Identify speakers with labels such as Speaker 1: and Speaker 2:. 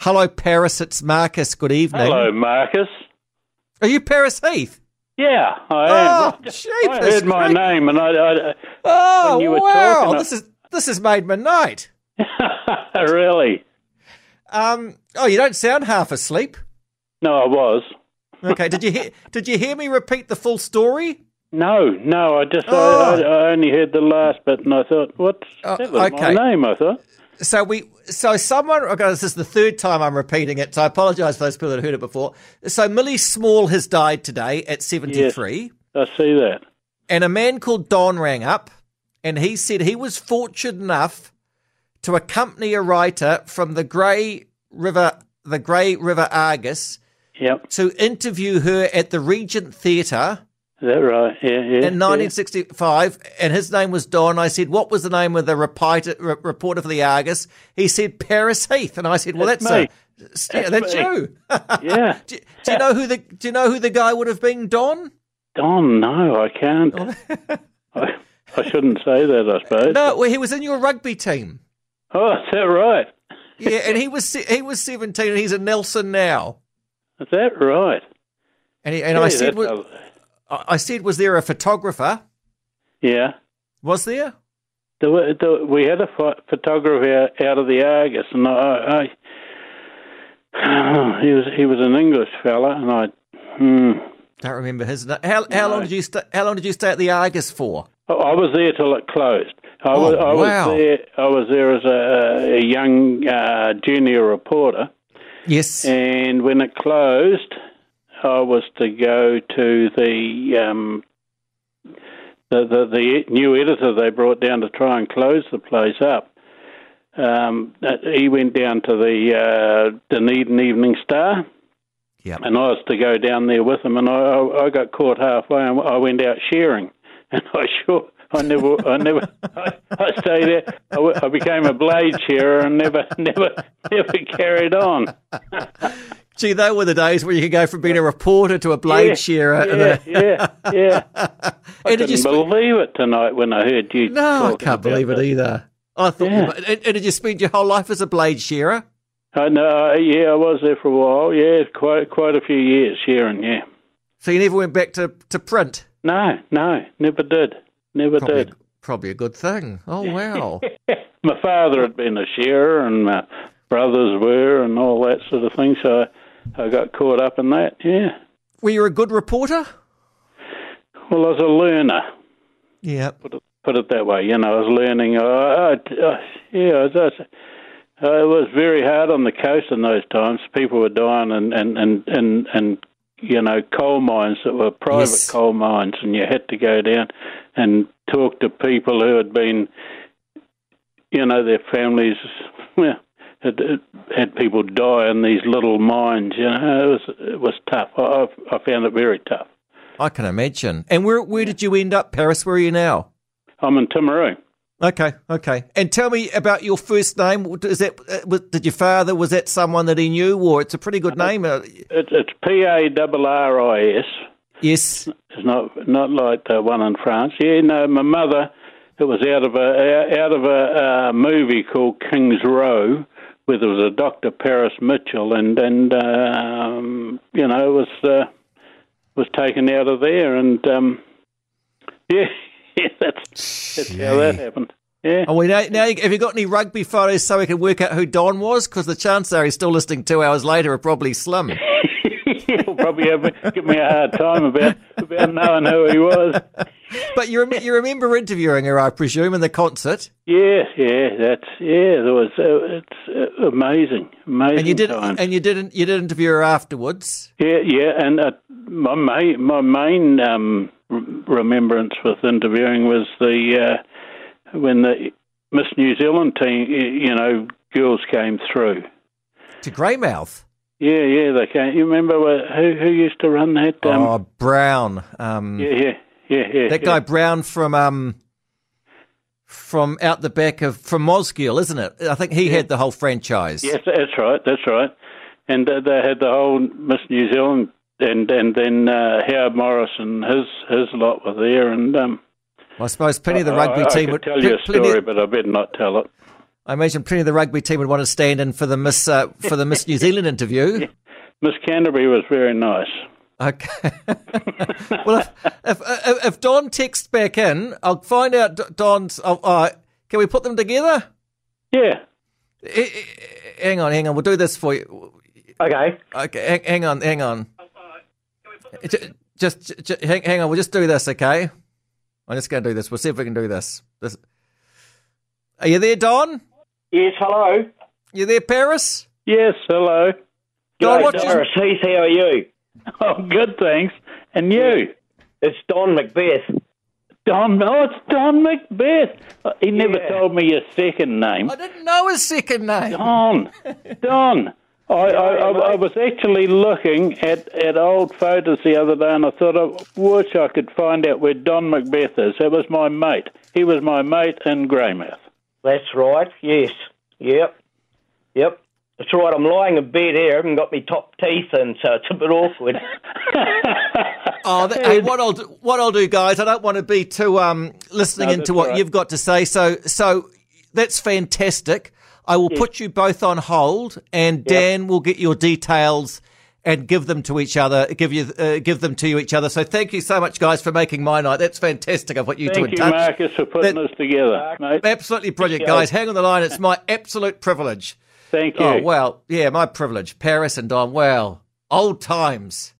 Speaker 1: Hello, Paris. It's Marcus. Good evening.
Speaker 2: Hello, Marcus.
Speaker 1: Are you Paris Heath?
Speaker 2: Yeah, I
Speaker 1: Oh,
Speaker 2: am. I
Speaker 1: jeepers,
Speaker 2: heard my
Speaker 1: creep.
Speaker 2: name, and I, I,
Speaker 1: Oh,
Speaker 2: When you were
Speaker 1: wow.
Speaker 2: talking, I-
Speaker 1: This is this has made my night.
Speaker 2: I really.
Speaker 1: Um, oh, you don't sound half asleep.
Speaker 2: No, I was.
Speaker 1: Okay. did you hear? Did you hear me repeat the full story?
Speaker 2: No, no, I just
Speaker 1: Oh.
Speaker 2: I, I, I only heard the last bit, and I thought, what's
Speaker 1: Oh,
Speaker 2: that was
Speaker 1: okay.
Speaker 2: my name? I thought.
Speaker 1: So we, so someone. Okay, this is the third time I'm repeating it. So I apologise for those people that heard it before. So Millie Small has died today at 73.
Speaker 2: I see that.
Speaker 1: And a man called Don rang up and he said he was fortunate enough to accompany a writer from the Grey River the Grey River Argus
Speaker 2: Yep,
Speaker 1: to interview her at the Regent Theatre
Speaker 2: is that right? Yeah, yeah.
Speaker 1: in 1965 and his name was Don. I said, "What was the name of the repiter, re- reporter for the Argus?" He said, "Paris Heath." And I said, "Well, that's,
Speaker 2: That's
Speaker 1: a-
Speaker 2: me.
Speaker 1: s- yeah,
Speaker 2: That's
Speaker 1: that's
Speaker 2: me.
Speaker 1: you."
Speaker 2: Yeah, yeah.
Speaker 1: do, do you know who the do you know who the guy would have been, Don?
Speaker 2: Don, no, I can't. I, I shouldn't say that, I suppose.
Speaker 1: No, well, he was in your rugby team.
Speaker 2: Oh, is that right?
Speaker 1: Yeah, and he was se- he was seventeen, and he's a Nelson now.
Speaker 2: Is that right?
Speaker 1: And he, and
Speaker 2: Yeah, uh,
Speaker 1: I said,
Speaker 2: that's
Speaker 1: was,
Speaker 2: a-
Speaker 1: I said, was there a photographer?
Speaker 2: yeah.
Speaker 1: Was there?
Speaker 2: There were, there, we had a pho- photographer out of the Argus, and I, I he was he was an English fella, and I, hmm,
Speaker 1: Don't remember his name. How, how long did you stay? How long did you stay at the Argus for?
Speaker 2: I I was there till it closed. I
Speaker 1: Oh,
Speaker 2: was, I
Speaker 1: wow.
Speaker 2: was there. I was there as a, a young uh, junior reporter,
Speaker 1: Yes.
Speaker 2: and when it closed, I was to go to the um, the, the the new editor they brought down to try and close the place up. Um, uh, he went down to the uh, Dunedin Evening Star,
Speaker 1: Yep.
Speaker 2: and I was to go down there with him. And I, I, I got caught halfway, and I went out sharing, and I sure. I never, I never, I, I stayed there. I, w- I became a blade shearer and never, never, never carried on.
Speaker 1: Gee, they were the days where you could go from being a reporter to a blade
Speaker 2: Yeah,
Speaker 1: shearer. and
Speaker 2: Yeah,
Speaker 1: a-
Speaker 2: yeah, yeah. I
Speaker 1: and did
Speaker 2: couldn't
Speaker 1: you sp-
Speaker 2: believe it tonight when I heard you.
Speaker 1: no, I
Speaker 2: talking
Speaker 1: can't
Speaker 2: about
Speaker 1: believe it e-
Speaker 2: that.
Speaker 1: either. I thought. you
Speaker 2: Yeah.
Speaker 1: might- and, and did you spend your whole life as a blade shearer?
Speaker 2: I know. uh, Yeah, I was there for a while. Yeah, quite quite a few years Sharon. Yeah.
Speaker 1: So you never went back to, to print.
Speaker 2: No, no, never did. Never
Speaker 1: Probably,
Speaker 2: did.
Speaker 1: probably a good thing. Oh wow.
Speaker 2: My father had been a shearer, and my brothers were, and all that sort of thing. So I, I got caught up in that. Yeah.
Speaker 1: were you a good reporter?
Speaker 2: Well, I was a learner.
Speaker 1: Yeah.
Speaker 2: put it that way. You know, I was learning. Uh, uh, uh, yeah, I was, I was- uh, it was very hard on the coast in those times. People were dying, and and and and, and you know, coal mines that were private
Speaker 1: Yes.
Speaker 2: coal mines, and you had to go down and talk to people who had been, you know, their families. Well, had, had people die in these little mines. You know, it was it was tough. I I, I found it very tough.
Speaker 1: I can imagine. And where where did you end up, Paris? Where are you now?
Speaker 2: I'm in Timaru.
Speaker 1: Okay, okay. And tell me about your first name. Is that uh, was- did your father was that someone that he knew, or it's a pretty good name? Uh,
Speaker 2: It, it's P A R R I S.
Speaker 1: yes.
Speaker 2: It's not not like the one in France. Yeah, no, my mother. It was out of a out of a uh, movie called Kings Row, where there was a Doctor Paris Mitchell, and and um, you know was uh, was taken out of there, and um, yeah, yeah, that's that's how that happened. Yeah,
Speaker 1: Oh, we now, now you- have you got any rugby photos so we can work out who Don was? Because the chances are he's still listening two hours later are probably slim.
Speaker 2: he'll probably have, give me a hard time about about knowing who he was.
Speaker 1: But you rem- you remember interviewing her, I presume, in the concert,
Speaker 2: Yeah, yeah, that's yeah. There was uh, it's uh, amazing, amazing.
Speaker 1: and you did
Speaker 2: time.
Speaker 1: and you didn't you did interview her afterwards.
Speaker 2: Yeah, yeah, and uh, my main, my main um, r- remembrance with interviewing was the uh, when the Miss New Zealand team, y- you know, girls came through.
Speaker 1: To Greymouth.
Speaker 2: Yeah, yeah, they came. You remember wha- who who used to run that? Um,
Speaker 1: oh, Brown. Um,
Speaker 2: Yeah, yeah, yeah, yeah.
Speaker 1: That
Speaker 2: yeah.
Speaker 1: guy Brown from um from out the back of from Mosgiel, isn't it? I think he had the whole franchise.
Speaker 2: Yes, that's right, that's right. And uh, they had the whole Miss New Zealand, and and then uh, Howard Morris and his his lot were there, and um,
Speaker 1: I suppose plenty of the
Speaker 2: I-
Speaker 1: rugby
Speaker 2: Uh, I,
Speaker 1: team
Speaker 2: I
Speaker 1: would
Speaker 2: could tell you a
Speaker 1: plenty-
Speaker 2: story, but I better not tell it.
Speaker 1: I imagine plenty of the rugby team would want to stand in for the Miss uh, for the Miss New Zealand interview.
Speaker 2: Miss Canterbury was very nice.
Speaker 1: Okay. well, if, if, if if Don texts back in, I'll find out D- Don's. Oh, uh, can we put them together?
Speaker 2: Yeah.
Speaker 1: Eh, eh, eh, Hang on, hang on. We'll do this for you.
Speaker 3: Okay.
Speaker 1: Okay, hang, hang on, hang on. Ju- Just, ju- ju- hang, hang on. We'll just do this, okay? I'm just going to do this. We'll see if we can do this. this. Are you there, Don?
Speaker 3: Yes, hello.
Speaker 1: You there, Paris?
Speaker 2: Yes, hello.
Speaker 1: Don,
Speaker 3: G'day,
Speaker 1: what's your-
Speaker 3: Doris Heath, how are you?
Speaker 2: Oh, good, thanks. And you?
Speaker 3: It's Don Macbeth.
Speaker 2: Don, oh, it's Don Macbeth. Uh, He never
Speaker 3: Yeah.
Speaker 2: told me your second name.
Speaker 1: I didn't know his second name.
Speaker 2: Don, Don. I, I, I, I was actually looking at, at old photos the other day and I thought I wish I could find out where Don Macbeth is. That was my mate. He was my mate in Greymouth.
Speaker 3: That's right, yes. Yep. Yep. That's right, I'm lying in bed here. I haven't got my top teeth in, so it's a bit awkward.
Speaker 1: Oh, that, hey, what I'll do, what I'll do, guys. I don't want to be too um listening
Speaker 2: No,
Speaker 1: into
Speaker 2: that's
Speaker 1: what
Speaker 2: all right.
Speaker 1: you've got to say. So, so that's fantastic. I will put you both on hold, and Dan will get your details and give them to each other. Give you uh, give them to you each other. So, thank you so much, guys, for making my night. That's fantastic of what you two
Speaker 2: Thank
Speaker 1: in
Speaker 2: you,
Speaker 1: touch.
Speaker 2: Marcus, for putting
Speaker 1: That-
Speaker 2: this together, mate.
Speaker 1: Absolutely brilliant, guys. Hang on the line. It's my absolute privilege.
Speaker 2: Thank you.
Speaker 1: Oh well, yeah, my privilege. Paris and Don. Well, old times.